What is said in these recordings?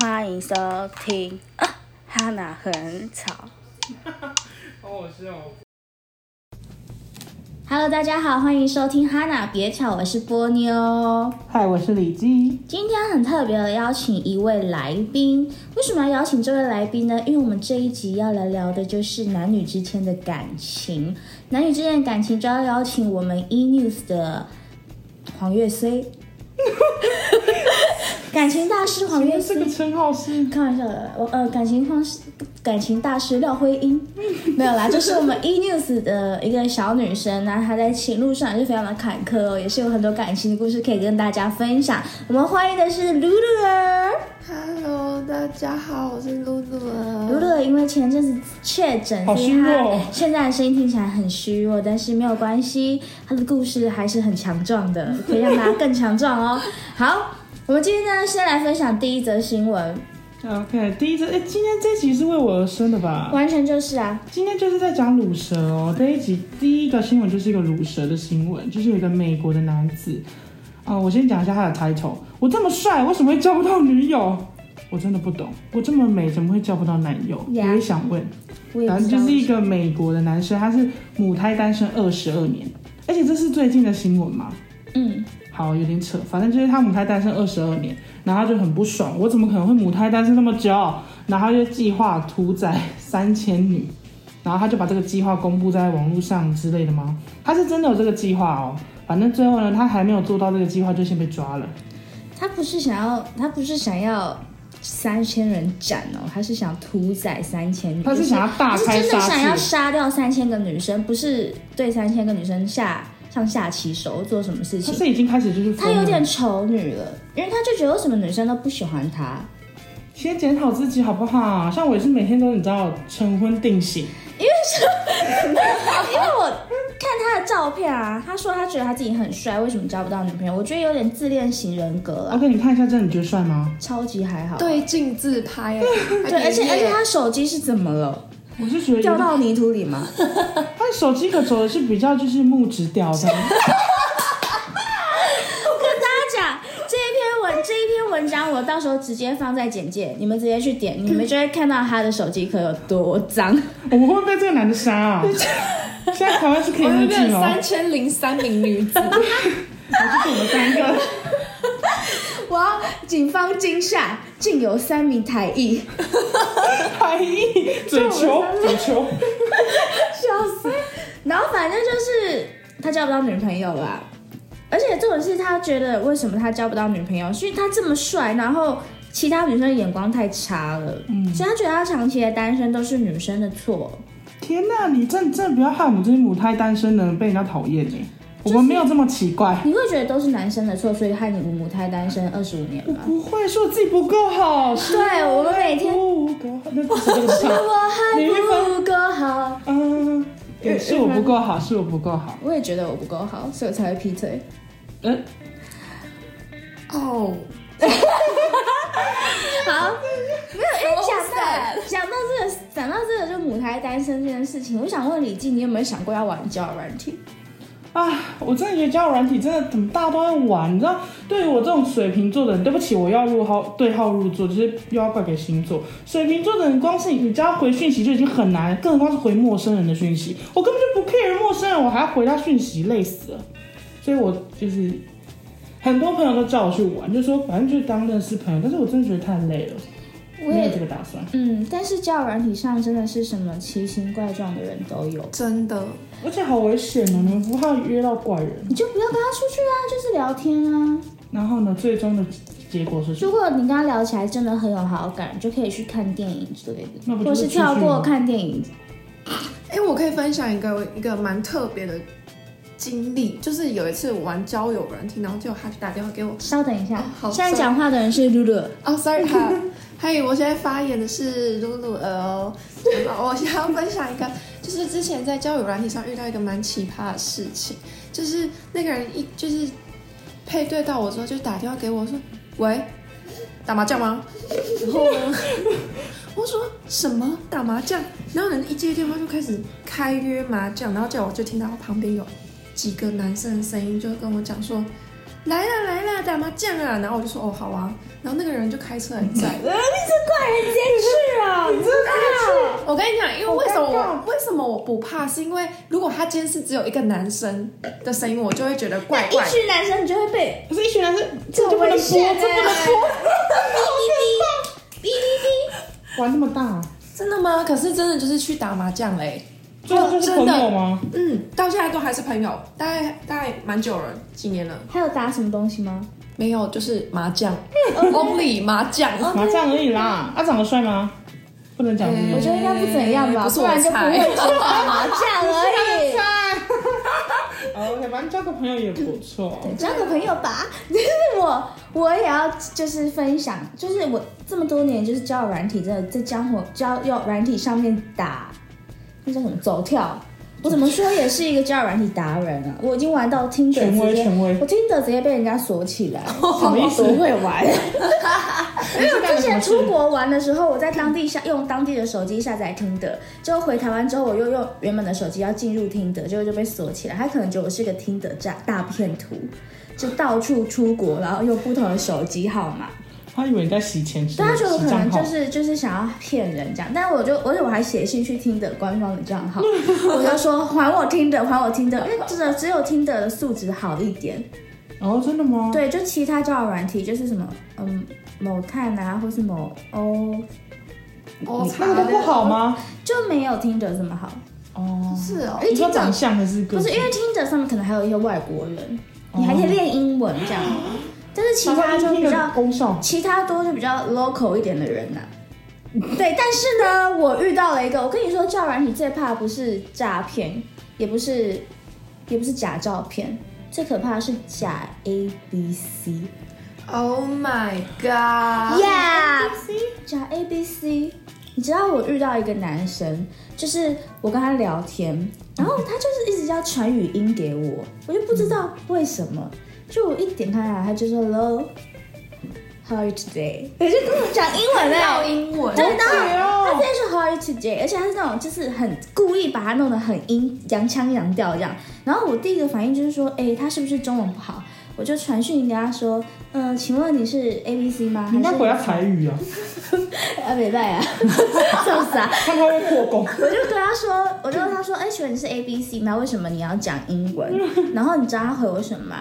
欢迎收听《哈娜很吵》。好好笑。 Hello，大家好，欢迎收听《哈娜别吵》，我是波妞。嗨，我是李基。今天很特别的邀请一位来宾，为什么要邀请这位来宾呢？因为我们这一集要来聊的就是男女之间的感情，男女之间的感情就要邀请我们 E News 的黄月虽，感情大师黄月虽。这个称号是开玩笑的啦，我呃感情方式感情大师廖辉 英没有啦，就是我们 E News 的一个小女生呢、她在情路上也是非常的坎坷哦，也是有很多感情的故事可以跟大家分享。我们欢迎的是露露儿， Hello，大家好，我是露露露儿。露儿因为前阵子确诊，好所以虚她弱哦现在的声音听起来很虚弱，但是没有关系，她的故事还是很强壮的，可以让大家更强壮 哦。好，我们今天呢先来分享第一则新闻， OK。第一集，哎、今天这集是为我而生的吧？完全就是啊，今天就是在讲乳蛇哦。这一集第一个新闻就是一个乳蛇的新闻，就是有一个美国的男子。啊、我先讲一下他的 title。我这么帅，为什么会交不到女友？我真的不懂，我这么美，怎么会交不到男友 Yeah 我也想问。我也然不后知就道是一个美国的男生，他是母胎单身二十二年，而且这是最近的新闻嘛？嗯。好，有点扯，反正就是他母胎单身二十二年，然后他就很不爽，我怎么可能会母胎单身那么久？然后他就计划屠宰三千女，然后他就把这个计划公布在网络上之类的吗？他是真的有这个计划哦，反正最后呢，他还没有做到这个计划，就先被抓了。他不是想要，他不是想要三千人斩哦，他是想屠宰三千女，他是想要大他是开真的想杀要戒，杀掉三千个女生，不是对三千个女生下像下棋手做什么事他情。是已经开始就是他疯有了点丑女了，因为他就觉得为什么女生都不喜欢 他，先检讨自己好不好？像我也是每天都你知道晨昏定醒，因为我看他的照片啊，他说他觉得他自己很帅，为什么交不到女朋友？我觉得有点自恋型人格了， OK，你看一下这你觉得帅吗？超级还好。啊对镜自 拍，还对，而且比耶而且他手机是怎么了？我是觉得掉到泥土里吗？他手机壳走的是比较就是木质调的， 大家这一篇文这一篇文章，我到时候直接放在简介，你们直接去点，你们就会看到他的手机壳有多脏。我们会被这个男的杀啊！现在台湾是可以我入们变境成哦三，千零三名女子，就是我们三个。我要警方惊吓，竟有三名台裔，怀疑嘴球嘴球，笑死。然后反正就是他交不到女朋友啦。而且重点是他觉得为什么他交不到女朋友，是因为他这么帅，然后其他女生的眼光太差了，所以他觉得他长期的单身都是女生的错。天哪！你真真的不要害我们这些母胎单身的人被人家讨厌哎！我们没有这么奇怪，你会觉得都是男生的错，所以害你母胎单身二十五年吗？不会是我自己不够好，是对我们每天不够好，那不是这个不啊是 唱。我还不够好。嗯，对，是我不够好，是我不够好。我也觉得我不够好，所以我才会劈腿。嗯，哦，好，没有，哎、好讲到讲到这个，讲到这个就母胎单身这件事情，我想问李静，你有没有想过要玩交友软体？啊，我真的觉得交友软体真的怎么大家都在玩，你知道？对于我这种水瓶座的人，对不起，我又要入号对号入座，就是又要怪给星座。水瓶座的人，光是你只要回讯息就已经很难了，更何况是回陌生人的讯息。我根本就不 care 陌生人，我还要回他讯息，累死了。所以我就是很多朋友都叫我去玩，就说反正就是当认识朋友，但是我真的觉得太累了，我没有也这个打算。嗯，但是交友软体上真的是什么奇形怪状的人都有，真的，而且好危险哦，你们不怕约到怪人？你就不要跟他出去啊，就是聊天啊。然后呢，最终的结果是什么？如果你跟他聊起来真的很有好感，就可以去看电影之类的，那不或就是是跳出去过吗看电影哎、我可以分享一个一个蛮特别的经历，就是有一次我玩交友软体，然后就他打电话给我，稍等一下哦，好现在 sorry 讲话的人是露露。哦，sorry，好，嘿，我现在发言的是露露儿哦，然后我想要分享一个，就是之前在交友软体上遇到一个蛮奇葩的事情，就是那个人一就是配对到我之后，就打电话给我说，喂，打麻将吗？然后呢我说 什么打麻将？然后人一接电话就开始开约麻将，然后叫我就听到旁边有几个男生的声音，就跟我讲说，来啦来啦，打麻将啊！”然后我就说：“哦，好啊。”然后那个人就开车来载我。呃，你是怪人监视啊！你真的我跟你讲，因为为什么好尴我为什么我不怕，是因为如果他今天是只有一个男生的声音，我就会觉得怪怪一的。群男生你就会被可是一群人是这就不能播，这不能播，哔哔哔哔哔哔，玩那么大，真的吗？可是真的就是去打麻将嘞。最后就是朋友吗？嗯，到现在都还是朋友，大概大概蛮久了，几年了。还有打什么东西吗？没有，就是麻将，only 麻将。哦麻将而已啦。啊，长得帅吗？不能讲。我觉得应该不怎样吧，不是嗯不我然就不菜会去打麻 将而已。 OK，反正哦交个朋友也不错。交个朋友吧。 就是我，我也要就是分享，就是我这么多年就是交友软体，真的在江湖交友软体上面打，那叫什么走跳。我怎么说也是一个交友软体达人啊！我已经玩到听的权威直接，权威我听的直接被人家锁起来， 什么意思多会玩？ 因为之前出国玩的时候，我在当地下用当地的手机下载听的，结果回台湾之后，我又用原本的手机要进入听的，结果就被锁起来。他可能觉得我是个听的诈大骗徒，就到处出国，然后用不同的手机号码。他以为你在洗钱，洗对他觉得我可能账号就。是就是想要骗人这样，但我就而且我还写信去听的官方的账号，我就说还我听的，还我听的，因为真的只有听的的素质好一点。哦，真的吗？对，就其他交友软体就是什么嗯某探啊，或是某欧。我那个都不好？吗？就没有听着这么好，哦，是哦，因为你说听长着相还是个哎不是性？因为听着上面可能还有一些外国人，你还可以练英文这样，但是其他就比较功效。其他多是比较 local 一点的人呐、对，但是呢，我遇到了一个，我跟你说，教软体最怕不是诈骗，也不是也不是假照片，最可怕的是假 A B C。 Oh my god！ Yeah，讲 A B C。你知道我遇到一个男生，就是我跟他聊天，然后他就是一直要传语音给我，我就不知道为什么，就我一点开来，他就说 Hello，How are you today？我就跟我讲英文嘞、要英文，真的，好他解哦直接说 How are you today，而且他是那种就是很故意把它弄得很阴洋腔洋调这样。然后我第一个反应就是说，哎、他是不是中文不好？我就传讯给他说，嗯、请问你是 A B C 吗？你应该回答啊，台语啊，北拜啊， 笑死啊！看他会破功。我就跟他说，我就问他说，哎、请问你是 A B C 吗？为什么你要讲英文？然后你知道他回我什么吗？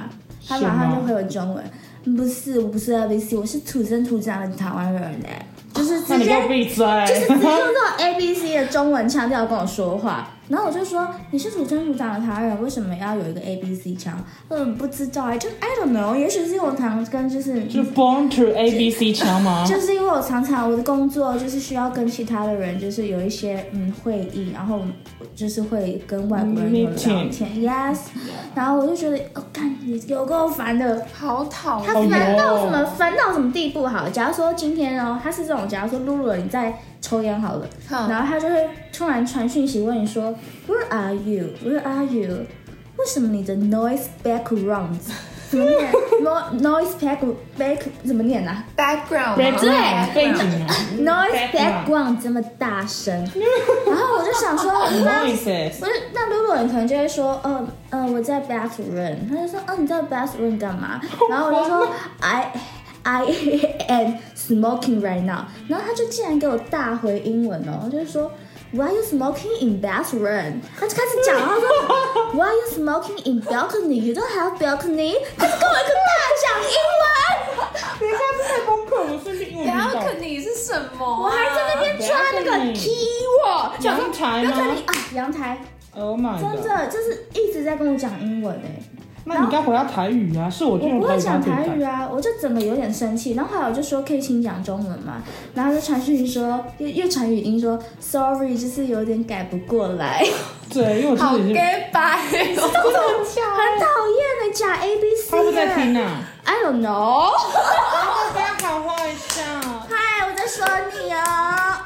他马上什么就回我中文，嗯不是，我不是 A B C，我是土生土长的台湾人哎、就是直那你给接我闭嘴！就是直接用这种 A B C 的中文腔调跟我说话，然后我就说你是土生土长的台湾人，为什么要有一个 A B C 腔？嗯，不知道哎、就 I don't know，也许是因为我常跟就是 就是 born to A B C 强吗？就是因为我常常我的工作就是需要跟其他的人就是有一些嗯会议，然后我就是会跟外国人有聊 Meeting 天，yes，然后我就觉得哦，看你有够烦的，好讨他厌。烦到什哎么呦烦到什么地步？好，假如说今天哦，他是这种，假如说露露你在抽烟好了，嗯然后他就会突然传讯息问你说，Where are you? Where are you? 为什么你的 noise background 怎么念 No-？noise back back 怎么念啊 background 背吗景啊，背 Background 景啊？noise background 这么大声，然后我就想说，我就要，noises。不是，那露露你可能就会说，嗯、呃、嗯、我在 bathroom，他就说，嗯、你在 bathroom 干嘛？然后我就说，I I am smoking right now。然后他就竟然给我大回英文哦，就是说。Why you smoking in bathroom？他就开始讲，他说 Why you smoking in balcony? You don't have balcony？他就跟我一个大讲英文，等一下，这太崩溃了，我瞬间英文晕倒。 Balcony 是什么啊？我还在那边穿那个 balcony keyword，想说阳台吗 balcony 啊，阳台， Oh my 真 god！的就是一直在跟我讲英文哎、那你该回答台语啊，是我我这不种会回答讲对台语的。啊，我就整个有点生气。然后后来我就说可以请讲中文嘛，然后就传讯息说，又又传语音说 sorry，就是有点改不过来， 对，因为我好自己是， gay 白，很讨厌的假 A B C 啊他会在听耶。啊。哦 I don't know，大家好坏笑。嗨，我在说你哦，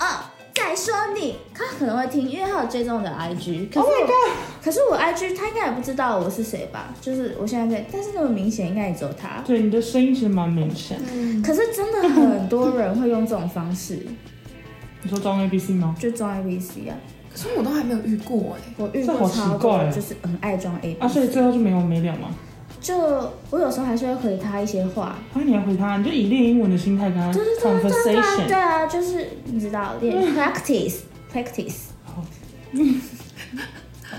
哦，在说你，他可能会听，因为他有追踪我的 IG。可 Oh 是 my 我 god！可是我 IG 他应该也不知道我是谁吧？就是我现在在，但是那么明显，应该也只有他。对，你的声音其实蛮明显。可是真的很多人会用这种方式， 你说装 A B C 吗？就装 A B C 啊。可是我都还没有遇过哎。我遇过这超好奇怪多，哦就是很爱装 A 啊，所以最后就没完没了吗？就我有时候还是会回他一些话，那你要回他，你就以练英文的心态跟他对对对对对对 conversation。对啊，就是你知道练 practice practice。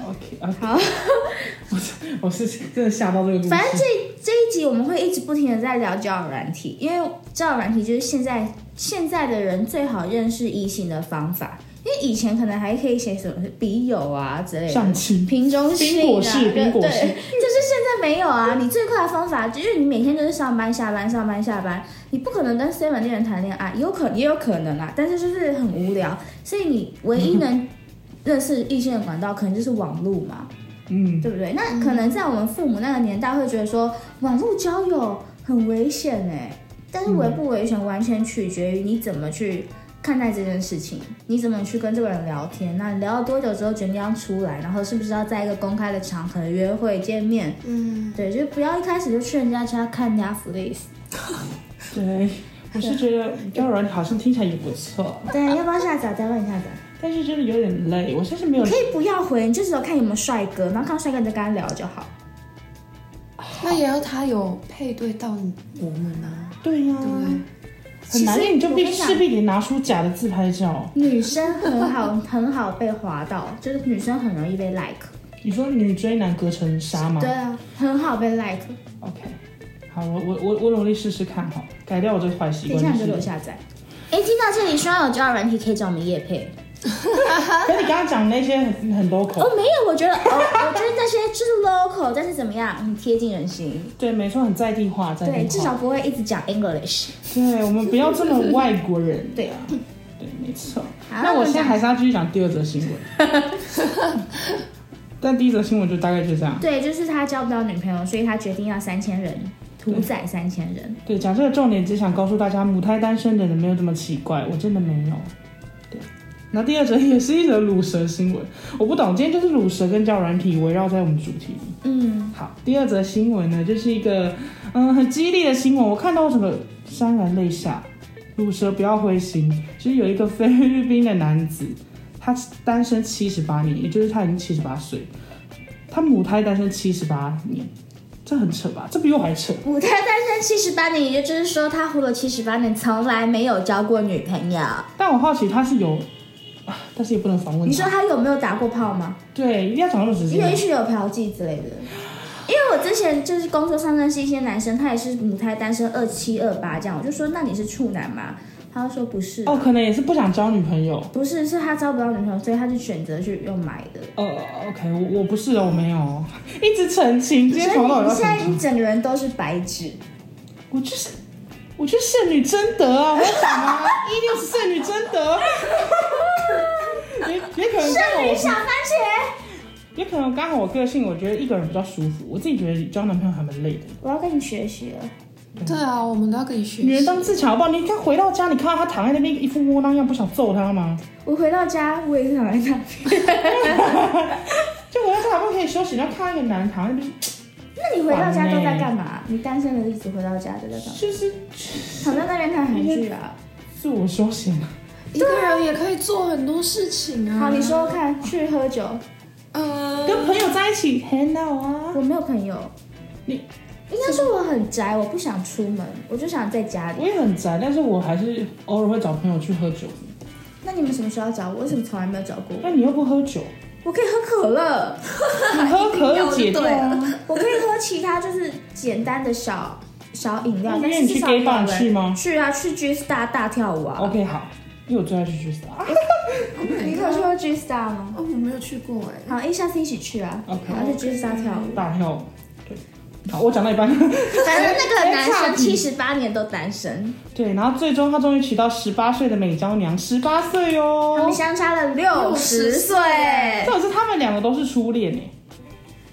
OK 啊，好， 我是真的吓到这个故事反。正这这一集我们会一直不停的在聊交友软体，因为交友软体就是现在现在的人最好认识异性的方法。因为以前可能还可以写什么笔友啊之类的，相亲瓶中信啊，冰果室对冰果对，室 就是现在没有啊。你最快的方法就是你每天就是上班下班上班下班，你不可能跟 seven 店人谈恋爱，有可也有可能啊，但是就是很无聊，所以你唯一能认识异性的管道可能就是网络嘛，嗯，对不对？那可能在我们父母那个年代会觉得说网络交友很危险哎、但是危不危险完全取决于你怎么去。看待这件事情，你怎么去跟这个人聊天？那聊了多久之后决定要出来？然后是不是要在一个公开的场合约会见面？嗯，对，就不要一开始就去人家家看人家福利斯。对，我是觉得交友软体好像听起来也不错，对，要不要下载？再问一下载。但是真的有点累。我现在是没有你可以不要回，你就只有看有没有帅哥，然后看到帅哥你再跟他聊就好。那也要他有配对到我们啊，对呀、对不对？很难，其实你就必我跟你讲势必得拿出假的自拍照。女生很好，很好被划到，就是女生很容易被 like。你说女追男隔层纱吗？对啊，很好被 like。 OK，好，我我我我努力试试看哈，改掉我这个坏习等一惯。下你就就是给我下载。哎，听到这里，希望有交友软体可以找我们叶配。可你刚刚讲那些很很 local，、哦，没有，我觉得，哦，我觉得那些就是 local，但是怎么样，很贴近人心。对，没错，很在地化，在地化。对，至少不会一直讲 English。对我们不要这么外国人。对对，没错。好那我现在还是要继续讲第二则新闻。 但第一则新闻就大概就这样。对，就是他交不到女朋友，所以他决定要三千人，屠宰三千人。对，讲这个重点，只想告诉大家，母胎单身的人没有这么奇怪，我真的没有。对，那第二则也是一则乳蛇新闻，我不懂，今天就是乳蛇跟交友软体围绕在我们主题里。嗯，好，第二则新闻呢，就是一个嗯很激励的新闻，我看到我整个潸然泪下。乳蛇不要灰心，就是有一个菲律宾的男子，他单身七十八年，也就是他已经七十八岁，他母胎单身七十八年，这很扯吧？这比我还扯。母胎单身七十八年，也就是说他活了七十八年，从来没有交过女朋友。但我好奇他是有，啊，但是也不能访问你说他。他有没有打过炮吗？对，一定要讲到时也间。许有嫖妓之类的。因为我之前就是工作上认识一些男生，他也是母胎单身二七二八这样，我就说那你是处男吗？他就说不是，哦，可能也是不想交女朋友。不是，是他交不到女朋友，所以他就选择去用买的。呃，OK，我我不是哦，我没有 哦，一直澄清，所今以天从头到尾你都现澄在清。你整个人都是白纸，我就是，我就是剩女贞德啊！我什 么一定是剩女贞德，也也可能刚好剩女小我，番茄。也可能刚好我个性，我觉得一个人比较舒服。我自己觉得交男朋友还蛮累的。我要跟你学习了。对啊，我们都要跟你学习。女人当自强好不好？你看回到家，你看到他躺在那边一副窝囊样，不想揍他吗？我回到家，我也是躺在那边。就回到家好不好可以休息，然后看到一个男人躺在那边，那你回到家都在干嘛？你单身的日子回到家都在干嘛？就是躺在那边看韩剧啊。自我休闲啊。一个人也可以做很多事情啊。好，你说说看，去喝酒。呃，跟朋友在一起 hang out 啊。我没有朋友，你应该说我很宅，我不想出门，我就想在家里。我也很宅，但是我还是偶尔会找朋友去喝酒。那你们什么时候要找我？为什么从来没有找过我？那你又不喝酒，我可以喝可 乐，你喝可乐解 掉对啊。了，我可以喝其他就是简单的小小饮料，那但是你去至少 gay bar 有人去吗哦去啊，去 G Star 大跳舞啊。 OK，好，因为我最爱去 G Star。你你可有去过 G Star 吗？哦，我没有去过哎。好，哎，下次一起去啊。 OK 然后去 G Star 跳舞。大跳舞，对，好，我讲到一半。 反正那个男哎生差七评十八年都单身，对，然后最终他终于娶到十八岁的美娇娘，十八岁他们哦。相差了六十60岁岁。这是他们两个都是初恋哎，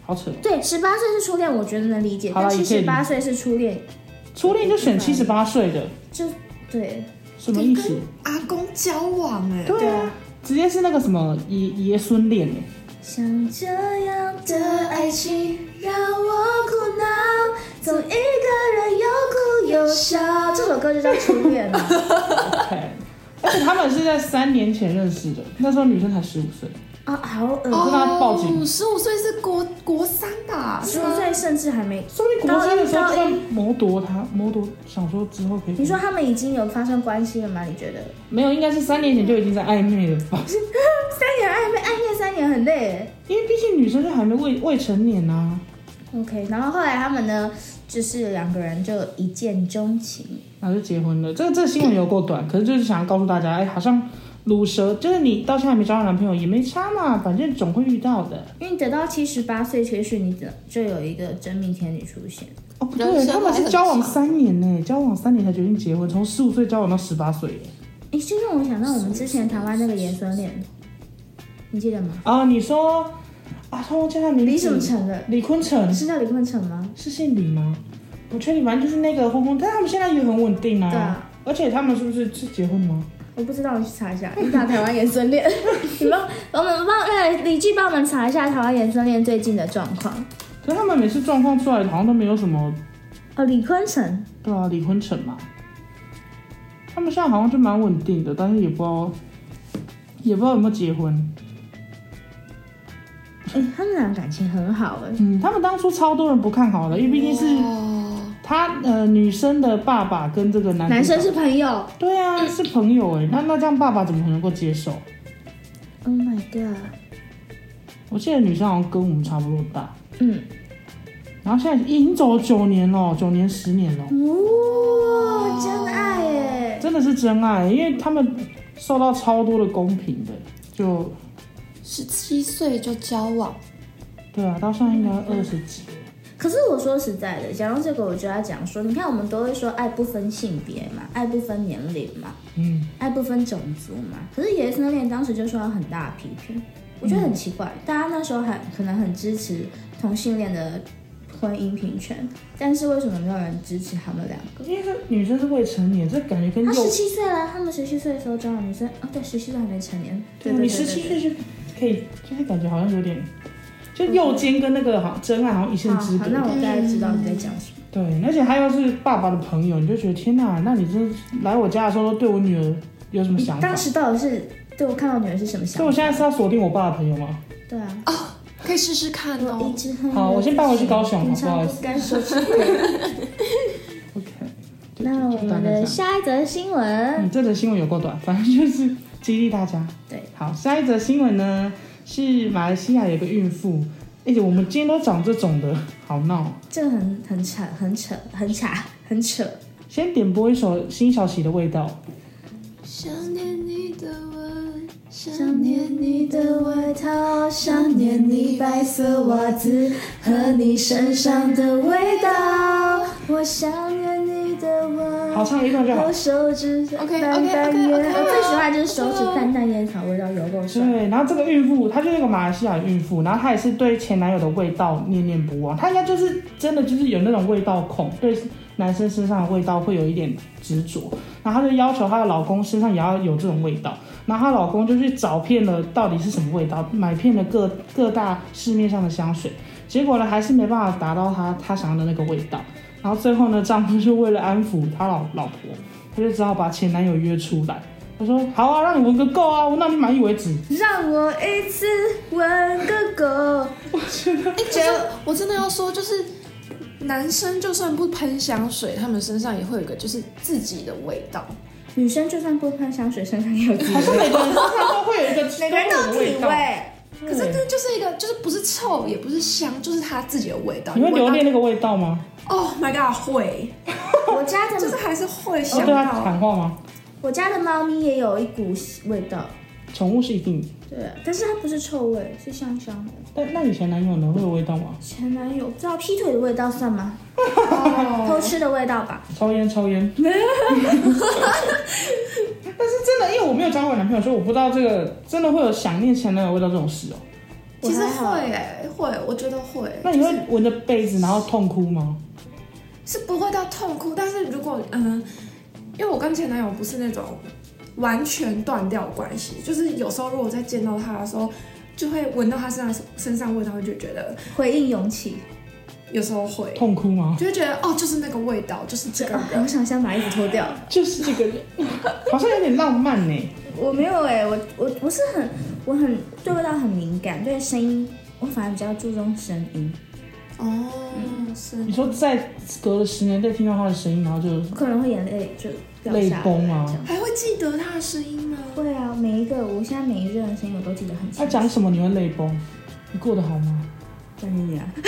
好扯哦。对，十八岁是初恋，我觉得能理解。好但啦七也可以十理八岁是初恋，初恋就选七十八岁的，就对。什么意思跟？阿公交往哎。对啊，直接是那个什么爷爷孙恋哎。像这样的爱情让我苦恼，总一个人又哭又笑。这首歌就叫《初恋》了。 OK，而且他们是在三年前认识的，那时候女生才十五岁。 啊，好恶哦那他报警十五岁是国国三吧？十是五吗？岁甚至还没，说不定国三的时候高就在一谋夺他，谋夺想说之后可以。你说他们已经有发生关系了吗？你觉得？没有，应该是三年前就已经在暧昧了吧？三年暧昧，暧昧三年很累耶。因为毕竟女生就还没未未成年啊。 OK，然后后来他们呢，就是两个人就一见钟情。然后就结婚了。这这新闻有够短，可是就是想要告诉大家，哎，好像卤蛇就是你到现在没交到男朋友也没差嘛，反正总会遇到的。因为你等到七十八岁，也许你等就有一个真命天女出现。哦，不人对，生他们还是很交往长三年呢，交往三年才决定结婚，从十五岁交往到十八岁耶。诶，哎就让我想到我们之前台湾那个爷孙恋，你记得吗？啊，你说啊，他忘记他名字，李什么成的？李坤城是叫李坤城吗？是姓李吗？不确定，反正就是那个轰轰，但他们现在也很稳定啊。对啊而且他们是不是是结婚吗？我不知道，我去查一下。你打台湾延伸恋， 你帮我们帮呃李记帮我们查一下台湾延伸恋最近的状况。可是他们每次状况出来好像都没有什么，哦，李坤城，对啊，李坤城嘛。他们现在好像就蛮稳定的，但是也不知道，也不知道有没有结婚。诶，哎他们俩感情很好哎、嗯，他们当初超多人不看好的，因为毕竟是哦，他呃女生的爸爸跟这个男男主角生是朋友。对啊，是朋友哎、那那这样爸爸怎么可能够接受？ Oh my god，我记得女生好像跟我们差不多大，嗯，然后现在已经走了九年了，九年十年了，哇，真爱耶！真的是真爱，因为他们受到超多的公平的，就十七岁就交往，对啊，到现在应该二十几了，可是我说实在的，讲到这个，我就要讲说，你看我们都会说爱不分性别嘛，爱不分年龄嘛，嗯，爱不分种族嘛。可是爷爷森恋当时就受到很大的批评，我觉得很奇怪，嗯大家那时候还可能很支持同性恋的婚姻平权，但是为什么没有人支持他们两个？因为是女生是未成年，这感觉跟他幼十七岁了，他们十七岁的时候交往女生，哦对，十七岁还没成年，对对啊，对对你十对七对岁就可以，就是感觉好像有点，就右肩跟那个好像真爱好像一线好之好，那隔，我大概知道你在讲什么。对，而且他又是爸爸的朋友，你就觉得天哪，那你这来我家的时候对我女儿有什么你嗯想法当？时到底是对我看到女儿是什么所以想我法？现在是要锁定我爸的朋友吗？对啊，可以试试看我哦一。直很好我先搬回去高雄平好不常好意不思该说出 口。 OK，就那就我就大们概这的样下一则新闻，嗯，这则新闻有够短，反正就是激励大家。对，好，下一则新闻呢是马来西亚有一个孕妇，而且我们今天都讲这种的，好闹哦。这个很很扯，很扯，很扯，很扯。先点播一首辛晓琪的味道，想念你的吻，想想念念你的外套，想想念念你你白白色色袜袜子和你身上的味道，我想念你的吻。好唱一段就好和。手指淡 OK，OK，OK，OK，淡烟， OK，OK，OK，我最喜欢就是手 OK 指淡淡烟草味道有够爽。对，然后这个孕妇，她就是一个马来西亚孕妇，然后她也是对前男友的味道念念不忘，她应该就是真的就是有那种味道控，对男生身上的味道会有一点执着，然后她就要求她的老公身上也要有这种味道，然后她老公就去找遍了到底是什么味道，买遍了各各大市面上的香水，结果呢还是没办法达到她她想要的那个味道，然后最后呢丈夫就为了安抚她老老婆，他就只好把前男友约出来。他说：“好啊，让你闻个够啊，那你满意为止。”让我一次吻个够。哎、可是我真的要说，就是男生就算不喷香水，他们身上也会有一个就是自己的味道。嗯女生就算不喷香水，身上也有 自己好的像味每个人身上都会有一个每个人都有都有体味道。嗯味。对可是那就是一个，就是不是臭，也不是香，就是他自己的味道。你会留闻恋那个味道吗？到？Oh my god，会，我家就是的还是会要想哦对啊到。它喊话吗？我家的猫咪也有一股味道，宠物是一定的，对，但是它不是臭味，是香香的。但那你前男友呢？会有味道吗？前男友不知道劈腿的味道算吗？哦偷吃的味道吧。抽烟，抽 烟。但是真的，因为我没有交过男朋友，所以我不知道这个真的会有想念前男友味道这种事哦、其实我还好会、欸，会，我觉得会。那你会闻着被子然后痛哭吗？是不会到痛哭，但是如果嗯、因为我跟前男友不是那种完全断掉关系，就是有时候如果再见到他的时候，就会闻到他身上身上味道，就觉得回应勇气，有时候会痛哭吗？就会觉得哦，就是那个味道，就是这这个啊，人我。想先把衣服脱掉。 就是这个人，好像有点浪漫呢、欸我没有哎、我我我是很，我很对味道很敏感，对声音我反而比较注重声音，哦，是你说在隔了十年再听到他的声音，然后就可能会眼泪就掉泪下来崩啊这样还会记得他的声音吗？会啊，每一个我现在每一任的声音我都记得很清楚。他讲什么你会泪崩？你过得好吗？讲你 啊，你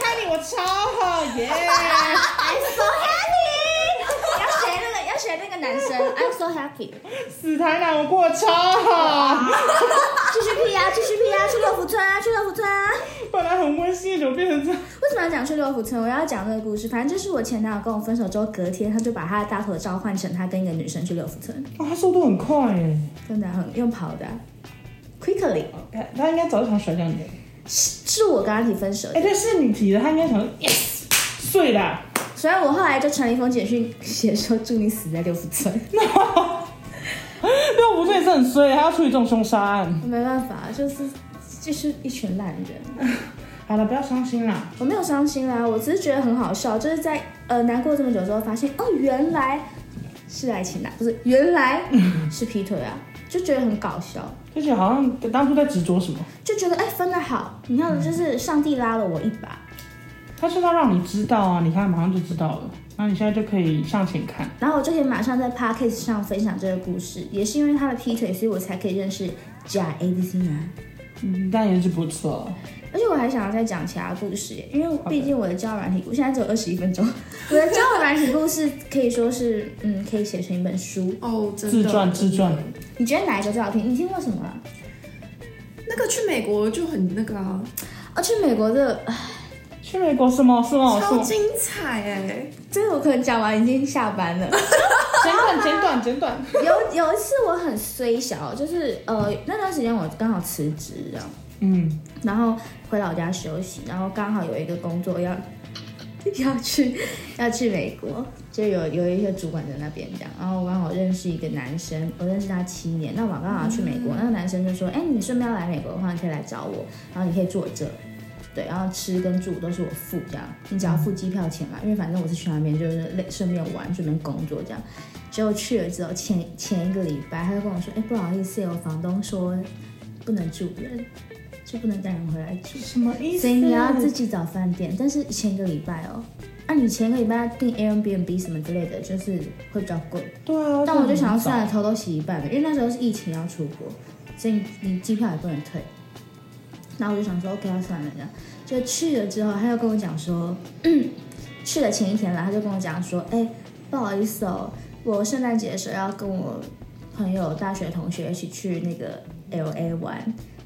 看你我超好耶！ I'm 哎 so happy，要学那个要学那个男生 I'm so happy，死台南我过得超好，继续 P 啊，继续 P 啊，去六福村啊，去六福村啊。本来很温馨，怎么变成这样？为什么要讲去六福村？我要讲这个故事，反正就是我前男友跟我分手之后，隔天他就把他的大头照换成他跟一个女生去六福村，啊，他速度很快哎，真的很用跑的啊、quickly。他他应该早就想甩掉你了。是是我跟他提分手的哎，，对，是你提的，他应该想说 yes 碎啦。 虽然我后来就传了一封简讯，写说祝你死在六福村，那我不对，是很衰，还要处理这种凶杀案。 没办法，就是就是一群烂人。好了，不要伤心啦。我没有伤心啦，我只是觉得很好笑，就是在呃难过这么久之后，发现哦原来是爱情啊，不是原来是劈腿啊，就觉得很搞笑，就觉得好像当初在执着什么，就觉得哎分的好，你看就是上帝拉了我一把，他就是要让你知道啊，你看马上就知道了，那你现在就可以向前看。然后我就可以马上在 p a c k a g e 上分享这个故事，也是因为他的劈腿，所以我才可以认识假 A B C 男。嗯，但也是不错。而且我还想要再讲其他故事耶，因为毕竟我的交友软体，我现在只有二十一分钟，我的交友软体故事可以说是，嗯，可以写成一本书。哦，真的自传，自传。你觉得哪一个最好听？你听过什么啊？那个去美国就很那个啊，啊，去美国的，唉去美国什么是吗？是超吗？精彩哎！这个我可能讲完已经下班了。简短，简短，简短。有有一次我很衰小，就是呃那段时间我刚好辞职这样，嗯，然后回老家休息，然后刚好有一个工作要 要去要去美国，就有有一些主管在那边这样，然后我刚好认识一个男生，我认识他七年，那我刚好要去美国，那个男生就说，哎、你顺便要来美国的话，你可以来找我，然后你可以住我这。对，然后吃跟住都是我付，这样你只要付机票钱嘛，因为反正我是去那边就是累，顺便玩，顺便工作这样。结果去了之后，前前一个礼拜他就跟我说，哎，不好意思，我房东说不能住人，就不能带人回来住。什么意思？所以你要自己找饭店，但是前一个礼拜哦，啊，你前一个礼拜订 Airbnb 什么之类的，就是会比较贵。对啊。但我就想要这算样了，头都洗一半了，因为那时候是疫情要出国，所以你机票也不能退。然后我就想说，OK，那算了，这样就去了之后，他又跟我讲说， 去了前一天啦，他就跟我讲说，哎，不好意思哦，我圣诞节的时候要跟我朋友、大学同学一起去那个 LA 玩。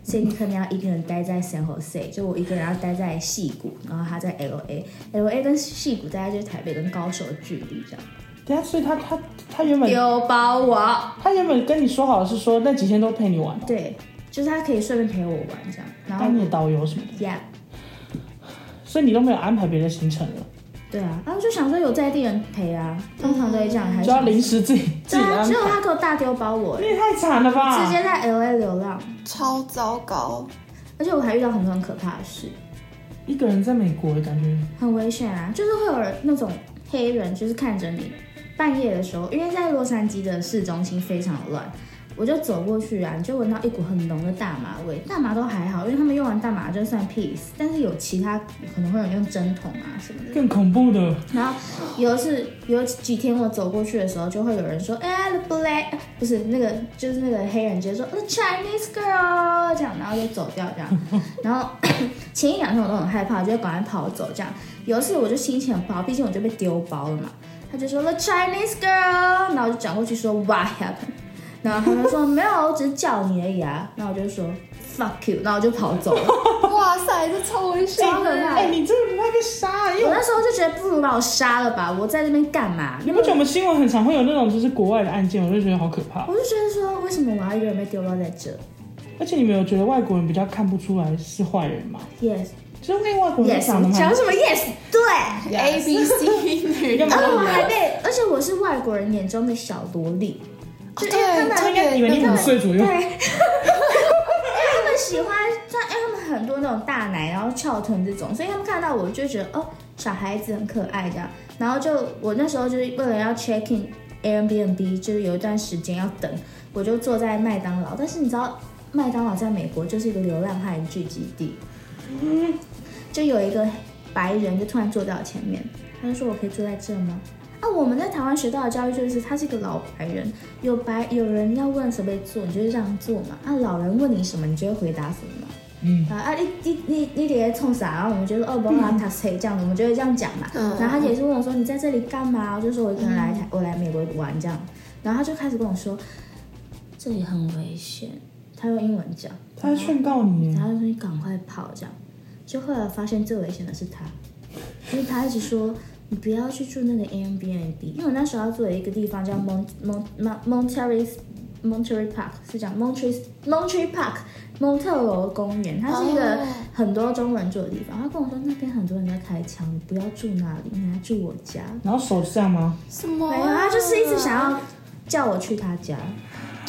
所以你可能要一个人待在 San Jose，就我一个人要待在戏谷，然后他在 LA，LA 跟戏谷大概就是台北跟高雄的距离这样。等一下，啊所以他他他原本丢包我。他原本跟你说好的是说那几天都陪你玩，对，就是他可以顺便陪我玩这样，然后当你的导游什么的， yeah，所以你都没有安排别的行程了，对啊，然后就想说有在地人陪啊，通常都会这样，还嗯就要想临时自己对自己啊，安只有排。他给我大丢包我欸你，也太惨了吧！直接在 L A 流浪，超糟糕，而且我还遇到很多很可怕的事，一个人在美国的感觉，很危险啊，就是会有人那种黑人就是看着你，半夜的时候，因为在洛杉矶的市中心非常乱。我就走过去啊，你就闻到一股很浓的大麻味。大麻都还好，因为他们用完大麻就算 peace，但是有其他可能会有人用针筒啊什么的。更恐怖的然后有一次，有几天我走过去的时候，就会有人说，哎、t h e black 不是那个，就是那个黑人直接说 the Chinese girl 这样，然后就走掉这样。然后 前一两天我都很害怕，就会赶快跑走这样。有一次我就心情很不好，毕竟我就被丢包了嘛。他就说 the Chinese girl，然后我就转过去说 what happened，然后他就说没有，我只是叫你而已啊。然后我就说 fuck you，然后我就跑走了。哇塞，这超危险超可的！怕哎、你真的不怕被杀、因我为那时候就觉得不如把我杀了吧，我在这边干嘛？你不觉得我们新闻很常会有那种就是国外的案件，我就觉得好可怕。我就觉得说，为什么我要一个人被丢包在这而且你们有觉得外国人比较看不出来是坏人吗？ ？Yes 就是因为外国人 Yes，长得蛮讲……什么 Yes？对。 A B C 女哦干人嘛而且我还被，而且我是外国人眼中的小萝莉，就因为他们对他应该以为你五岁左右对，因， 为他们喜欢，像因为他们很多那种大奶，然后翘臀这种，所以他们看到我就觉得哦，小孩子很可爱这样。然后就我那时候就是为了要 check in Airbnb，就是有一段时间要等，我就坐在麦当劳。但是你知道，麦当劳在美国就是一个流浪汉聚集地，嗯就有一个白人就突然坐到我前面，他就说：“我可以坐在这吗？”啊，我们在台湾学到的教育就是，他是一个老白人，有白有人要问谁被坐，你就是让座嘛。啊，老人问你什么，你就会回答什么嘛。嗯，啊啊，你你你你底下冲啥？然后我们就说哦，不拉他谁这样的，我们就会这样讲嘛。嗯然后他也是问我说你在这里干嘛？我就说我一个人来台，我来美国玩这样。然后他就开始跟我说这里很危险，他用英文讲，他在劝告你耶然，后就说你赶快跑这样。就后来发现最危险的是他，因为他一直说你不要去住那个 Airbnb，因为我那时候要住的一个地方叫 Mon Mon Mon Monterey Monterey Park，是讲 Monterey Monterey Park 蒙特罗公园，它是一个哦很多中文住的地方。他跟我说那边很多人在开枪，你不要住那里，你要住我家。然后手是这样吗？什么、啊没有，他就是一直想要叫我去他家。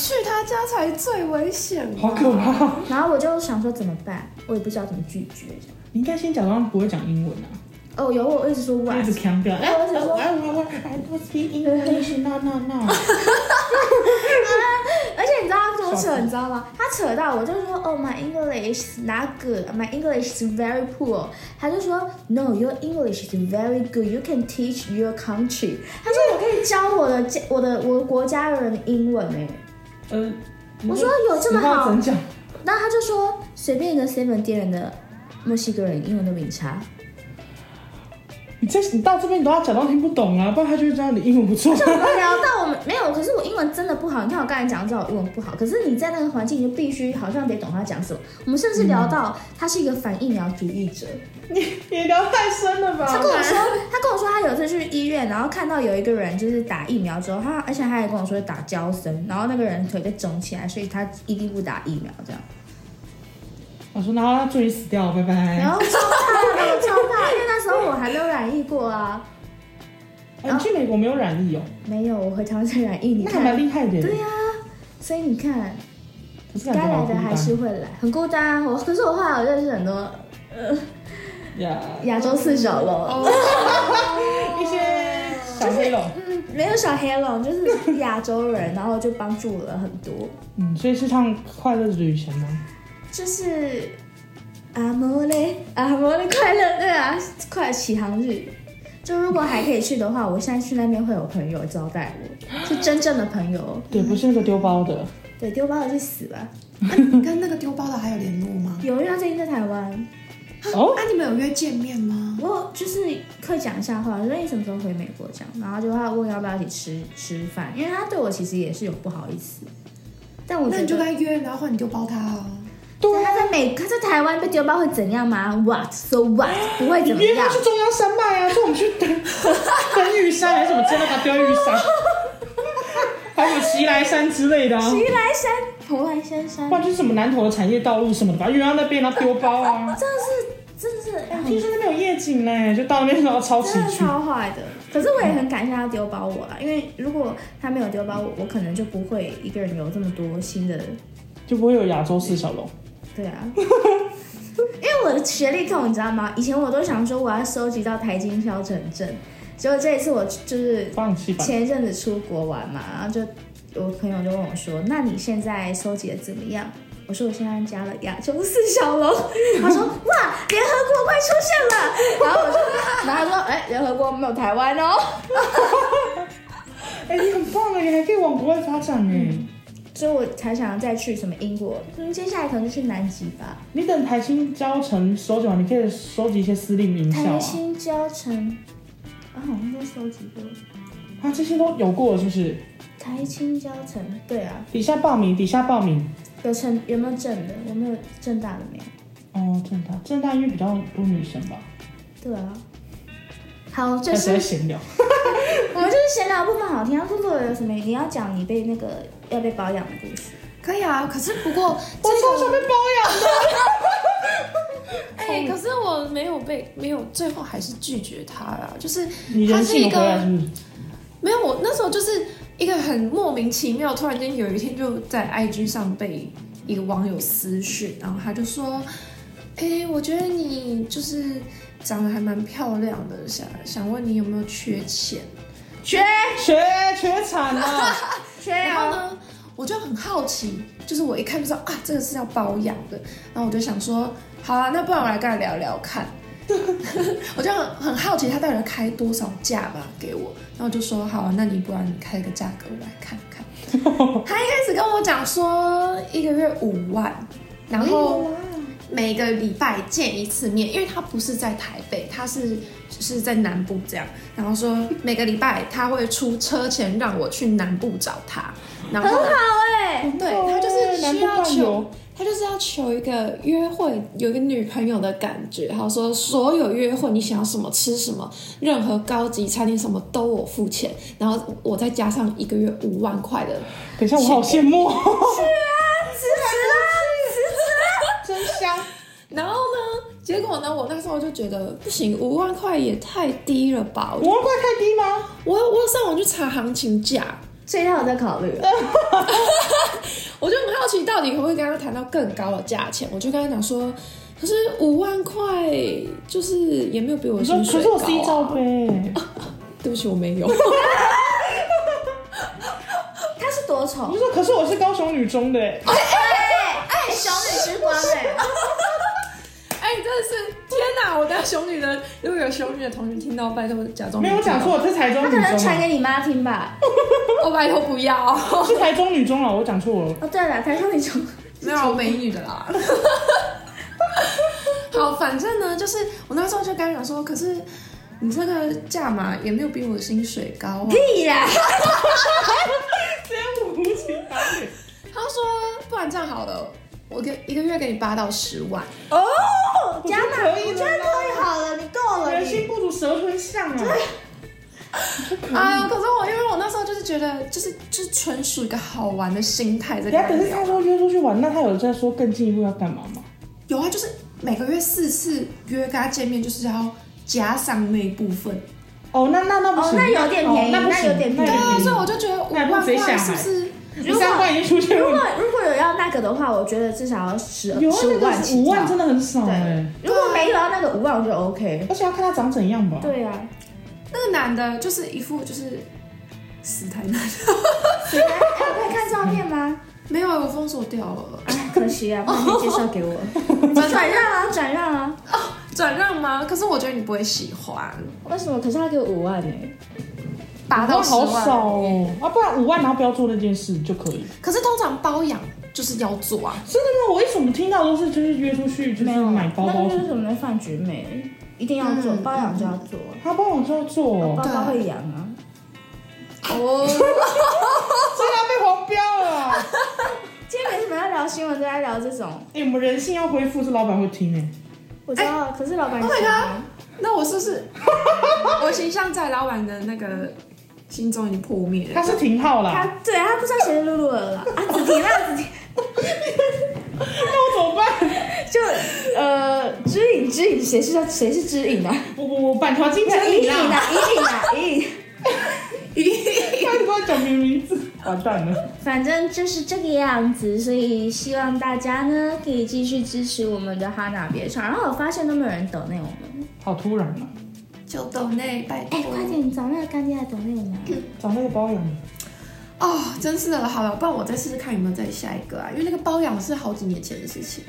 去他家才最危险啊啊吧。好可怕！然后我就想说怎么办，我也不知道怎么拒绝。这样你应该先假装不会讲英文啊，哦，有我一直说就 what，一直强调。哎，我只说我哎我我 I don't speak English，no no no。而且你知道他跟我扯，你知道吗？他扯到我就说哦、m y English is not good, my English is very poor。他就说 No, your English is very good, you can teach your country。他说我可以教我的家我的我的国家人英文哎、呃，我说有这么你要好怎讲？然后他就说随便一个 Seven 店员的墨西哥人英文都比你差。你这你到这边你都要假装听不懂啊，不然他就会知道你英文不错。我们聊啊到我们没有，可是我英文真的不好。你看我刚才讲到我英文不好，可是你在那个环境，你就必须好像得懂他讲什么。我们甚至聊到他是一个反疫苗主义者。你聊太深了吧？他跟我说，他跟我说他有一次去医院，然后看到有一个人就是打疫苗之后，他而且他还跟我说打胶生，然后那个人腿被肿起来，所以他一定不打疫苗这样。我说，然后他祝你死掉，拜 然拜。后超怕的，我超怕，因为那时候我还没有染疫过啊，哎，你去美国没有染疫哦，没有，我回台湾才染疫，你那还看蛮，厉害的。对呀、啊所以你看，可是该感觉来好孤的单还是会来，很孤单啊。我可是我后来我认识很多呀，亚洲四小龙，一些小黑龙。嗯，没有小黑龙，就是亚洲人，然后就帮助我了很多。嗯，所以是趟快乐的旅程吗？就是阿摩嘞，阿摩嘞快乐，对啊，快乐启航日。就如果还可以去的话，我现在去那边会有朋友招待我，是真正的朋友。对，不是那个丢包的。对，丢包的去死吧！那哎你跟那个丢包的还有联络吗？啊有，因为他最近在台湾，哦，那、你们有约见面吗？我就是会讲一下话，我说你什么时候回美国这样，然后就他问要不要一起吃吃饭，因为他对我其实也是有不好意思，但我那觉你就得跟他约，然后换你丢包他哦。对啊他在美他在台湾被丢包会怎样吗？What so what 不会怎么约样他？去中央山脉啊，说我们去登登玉山还是什么之类的，丢玉山， 还有什么奇来山之类的啊，谁来山蓬莱仙山不？然就是什么南投的产业道路什么的，把它约到那边，然后丢包啊。真的是，真的是哎很，听说那边有夜景嘞，就到那边然后超崎真的岖。超坏的。可是我也很感谢他丢包我啦，因为如果他没有丢包我，我可能就不会一个人有这么多新的。就不会有亚洲四小龙。对啊， 因为我的学历控，你知道吗？以前我都想说我要收集到台金消沉证，结果这一次我就是放弃吧，前一阵子出国玩嘛，然后就我朋友就问我说：“那你现在收集的怎么样？”我说：“我现在加了亚洲四小龙。”他说：“ 哇，联合国快出现了。”然后我就，然后他说：“哎、联合国没有台湾哦。哎、你很棒哎，你还可以往国外发展哎、”嗯所以我才想要再去什么英国，嗯，接下来可能就去南极吧。你等台新教程收集完，你可以收集一些私立名校台啊，新教城，啊，好像都收集过。啊，这些都有过是不是？台青教城，对啊，底下报名，底下报名。有成有没有正的？我没有正大的没有。哦，正大，正大因为比较多女生吧，对啊。好，开这始在 是闲聊。我们就是闲聊部分好听。露露有什么？你要讲你被那个要被保养的故事。可以啊，可是不过我超想这被个包哦养的。 哎、可是我没有被没有，最后还是拒绝他了。就是你他人是一性回来个是不是？没有，我那时候就是一个很莫名其妙，突然间有一天就在 IG 上被一个网友私讯，然后他就说：“哎、我觉得你就是长得还蛮漂亮的，想想问你有没有缺钱。”缺缺哦缺惨了。缺然后啊！呢，我就很好奇，就是我一看就知道啊，这个是要包养的，然后我就想说，好啊，那不然我来跟他聊聊看。 我就很很好奇他到底要开多少价吧给我，然后我就说好、啊，那你不然你开个价格我来看看。他一开始跟我讲说一个月五万，然后每个礼拜见一次面，因为他不是在台北，他是是在南部这样。然后说每个礼拜他会出车钱让我去南部找他，然很后好 哎、啊对他就是南需部要伴游求，他就是要求一个约会有一个女朋友的感觉。他说所有约会你想要什么吃什么，任何高级餐厅什么都我付钱，然后我再加上一个月五万块的， 等一下，我好羡慕。辞职真 香。然后呢，结果呢，我那时候就觉得不行，五万块也太低了吧？五我万块太低吗？我我上网去查行情价，啦！所以他有在考虑，我就很好奇，到底可不可以跟他谈到更高的价钱？我就跟他讲说，可是五万块就是也没有比我我说，薪可水是高、我是一罩啊。杯。 对不起，我没有。 哎他是多丑我，说，可是我是高雄女中的欸。哎，小女之光哎、哎、真的是天哪！我的熊女的，如果有熊女的同学听到，拜托假装没有，我听到讲，错，我是台 中他女可能中传啊。给你妈听吧。我哦拜托不要， 是台中女中了，啊我 讲错了。哦，对了，台上那种没啊有美女的啦。 好，反正呢，就是我那时候就跟他讲说，可是你这个价码也没有比我薪水高啊。 屁啦！真无情打脸。他说，不然这样好了，我给一个月给你八到十万。哦，加 我觉满，得可以我觉了得啦可以好了，你够了，人你心不足蛇吞象啊！嗯啊，可是我因为我那时候就是觉得，就是就是纯属一个好玩的心态在人家可跟是他他聊。说约出去玩，那他有在说更进一步要干嘛吗？有啊，就是每个月四次约跟他见面，就是要加上那一部分。哦，那那那不行，哦那有点便宜哦那不行那有点便宜啊对啊，所以我那就觉得五那万也不直接块下是不是？有三万已经出现如问果题，如果有要那个的话，我觉得至少要十有十五啊，万那起个五万跳真的很少对哎，如果没有要那个五万，我就 OK。而且要看他长怎样吧。对呀、啊，那个男的就是一副就是死台男， 谁来哎可以看照片吗？没有，我封锁掉了。 哎，可惜啊，不能被介绍给 我。转让啊，转让啊！转让吗？可是我觉得你不会喜欢，为什么？可是他给我五万呢、欸八那到十好万。少哦，啊，不然五万然后不要做那件事就可以。可是通常包养就是要做啊，真的吗？我一怎么听到都是就是约出去就是买包那包就什是么，什么饭局美，一定要做，嗯包养就要做，他帮我就要做包哦，包会痒啊。哦，所以他被黄标了啊。今天为什么要聊新闻，都在聊这种？ 哎，我们人性要恢复，这老板会听哎。我知道，可是老板 Oh my 喜欢 god 那我是不 是我形象在老板的那个心中已经破灭他了？是停号他啦，对他不知道谁是露露了啦，啊，子婷啦，子婷，那我怎么办？就呃，知影知影，谁是谁是知 影啊？我我我板桥金城影 里影啦，啊，影影啊，影影。他一直在讲别人名字，完蛋了。 反正就是这个样子，所以希望大家呢可以继续支持我们的哈娜别唱。然后我发现都没有人抖内我们，好突然啊，就抖内拜哎、快点找那个干爹来抖内我们啊。找那个包养。哦，真是的，好了，不然我再试试看有没有再下一个啊，因为那个包养是好几年前的事情。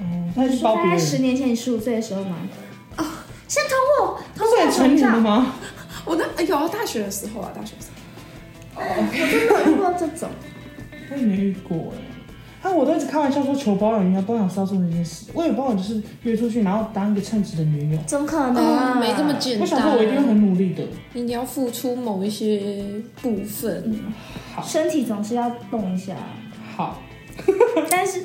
哦，他是说包大别概人。十年前你十五岁的时候吗？哦，是通货通他是货很成膨年的胀，吗？我那哎有啊大学的时候啊，大学的时候，我真的有遇过这种。我也没遇过哎、啊，我都一直开玩笑说求包养，原来包养是要做那件事。我以为包养就是约出去，然后当一个称职的女友。怎么可能、啊嗯没这么简单。我想说，我一定会很努力的。你要付出某一些部分。嗯身体总是要动一下。好，但是，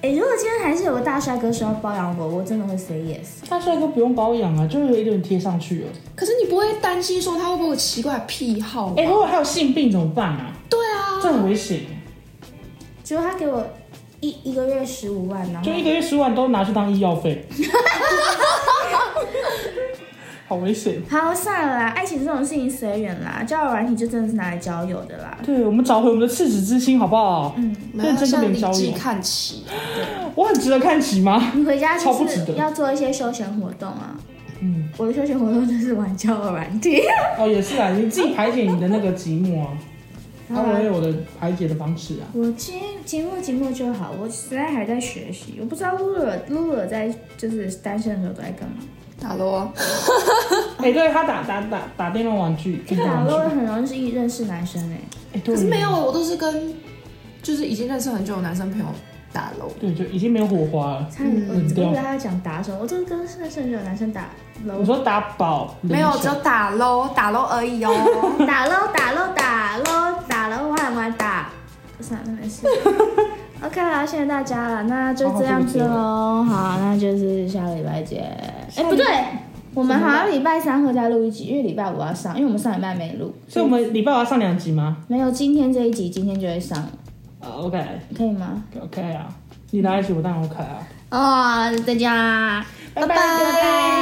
哎、如果今天还是有个大帅哥说要包养我，我真的会 say yes。大帅哥不用包养啊，就是有一点贴上去了。可是你不会担心说他会不会有奇怪的癖好吗？哎、如果还有性病怎么办啊？对啊，这很危险，结果他给我一一个月十五万，然后就一个月十万都拿去当医药费， 好危险。好算了啦，爱情这种事情随缘啦，交友软体就真的是拿来交友的啦。对，我们找回我们的赤子之心，好不好？嗯，我们要认真向跟李别人交记友。看齐。我很值得看齐吗？你回家就嗯超不值是得要做一些休闲活动啊，嗯，我的休闲活动就是玩交友软体。哦，也是啊，你自己排解你的那个寂寞 啊。好啊，啊我也有我的排解的方式啊。我今经过经过就好，我实在还在学习，我不知道露露露露在就是单身的时候都在干嘛。打咯，哎、对他打打打打电动玩具，可电是动打玩具。露很容易是认识男生哎、哎、对，啊可是没有，我都是跟就是已经认识很久的男生朋友打咯。对，就已经没有火花了。差点，我嗯我对啊以为他要讲打手，我都是跟认识很久的男生打我搂说打宝，没有，零只手有打咯，打咯而已哦。打喽打喽打喽打喽，玩玩打，不是啊，那没 事。OK 啦，谢谢大家了，那就这样子喽。好，那就是下个礼拜见。哎、不对，我们好像礼拜三会再录一集，因为礼拜五要上，因为我们上礼拜没录，所以我们礼拜五要上两集吗？没有今天这一集，今天就会上，啊，OK，OK 可以吗？啊，你拿一起，我当然 OK 啊。哦，大家，拜拜。拜拜